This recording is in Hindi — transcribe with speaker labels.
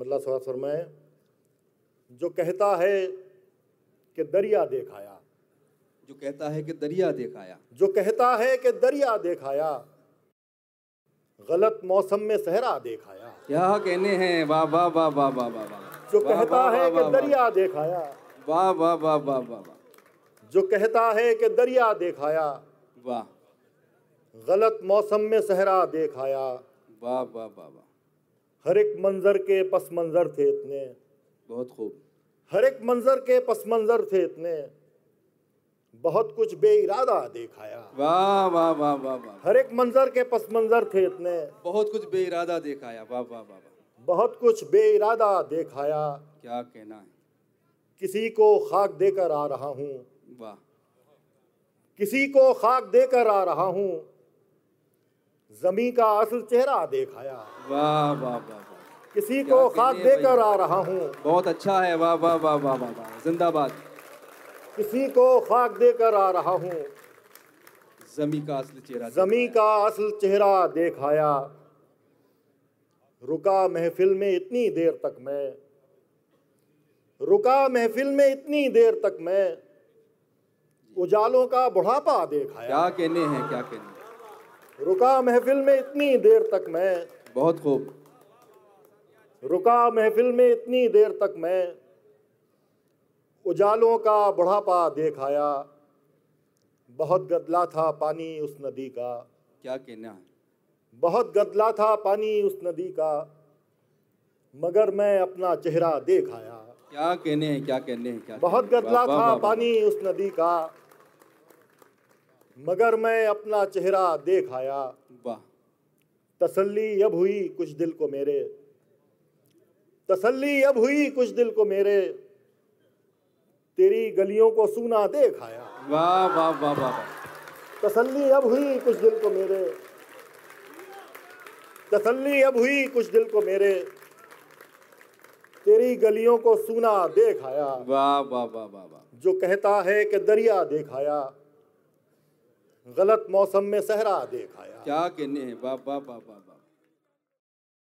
Speaker 1: मल्ला साहब फरमाए जो कहता है कि दरिया देखाया
Speaker 2: जो कहता है कि दरिया देखाया
Speaker 1: जो कहता है कि दरिया देखाया गलत मौसम में सहरा देखाया
Speaker 2: क्या कहने हैं वाह वाह वाह वाह वाह वाह वाह
Speaker 1: जो
Speaker 2: वाह,
Speaker 1: कहता
Speaker 2: वाह,
Speaker 1: है
Speaker 2: वाह,
Speaker 1: कि
Speaker 2: वाह,
Speaker 1: दरिया देखाया
Speaker 2: वाह वाह वाह वाह वाह वाह
Speaker 1: जो कहता है कि दरिया देखाया
Speaker 2: वाह
Speaker 1: गलत मौसम में सहरा देखाया
Speaker 2: वाह वाह वाह वाह
Speaker 1: हर एक मंजर के पस मंजर थे इतने
Speaker 2: बहुत खूब
Speaker 1: हर एक मंजर के पस मंजर थे इतने बहुत कुछ बेइरादा देखाया
Speaker 2: वाह वाह वाह वाह वाह
Speaker 1: हर एक मंजर के पस मंजर थे इतने
Speaker 2: बहुत कुछ बेइरादा देखाया वाह वाह वाह वाह
Speaker 1: बहुत कुछ बेइरादा देखाया
Speaker 2: क्या कहना है
Speaker 1: किसी को खाक देकर आ रहा हूँ
Speaker 2: वाह
Speaker 1: किसी को खाक देकर आ रहा हूँ जमी का असल चेहरा देखाया
Speaker 2: वाह वाह वाह वाह
Speaker 1: किसी
Speaker 2: क्या
Speaker 1: को
Speaker 2: कहने
Speaker 1: खाक
Speaker 2: हैं
Speaker 1: देकर
Speaker 2: भाई?
Speaker 1: आ रहा हूँ
Speaker 2: बहुत अच्छा है वाह वाह वाह वाह वाह वाह जिंदाबाद
Speaker 1: किसी को खाक देकर आ रहा हूँ
Speaker 2: जमी का असली चेहरा
Speaker 1: जमी
Speaker 2: दिखाया।
Speaker 1: का असल चेहरा देखाया रुका महफिल में इतनी देर तक मैं रुका महफिल में इतनी देर तक मैं उजालों का बुढ़ापा देखाया
Speaker 2: क्या कहने हैं क्या कहने हैं?
Speaker 1: रुका महफिल में इतनी देर तक मैं
Speaker 2: बहुत खूब
Speaker 1: रुका महफिल में इतनी देर तक मैं उजालों का बुढ़ापा देखाया बहुत गदला था पानी उस नदी का
Speaker 2: क्या कहना है
Speaker 1: बहुत गदला था पानी उस नदी का मगर मैं अपना चेहरा देख आया
Speaker 2: क्या कहने हैं क्या कहने हैं क्या
Speaker 1: बहुत
Speaker 2: कहने हैं?
Speaker 1: गदला
Speaker 2: वाह, वाह,
Speaker 1: था
Speaker 2: वाह, वाह।
Speaker 1: पानी उस नदी का मगर मैं अपना चेहरा देख आया
Speaker 2: वाह
Speaker 1: तसल्ली अब हुई कुछ दिल को मेरे तसल्ली अब हुई कुछ दिल को मेरे तेरी गलियों को सूना देख आया
Speaker 2: वाह वाह वाह वाह वाह
Speaker 1: तसल्ली अब हुई कुछ दिल को मेरे तसल्ली अब हुई कुछ दिल को मेरे तेरी गलियों को सूना देखाया
Speaker 2: वाह वाह वाह वाह वाह
Speaker 1: जो कहता है कि दरिया देखाया गलत मौसम में सहरा देखाया
Speaker 2: क्या कहने हैं वाह वाह वाह वाह वाह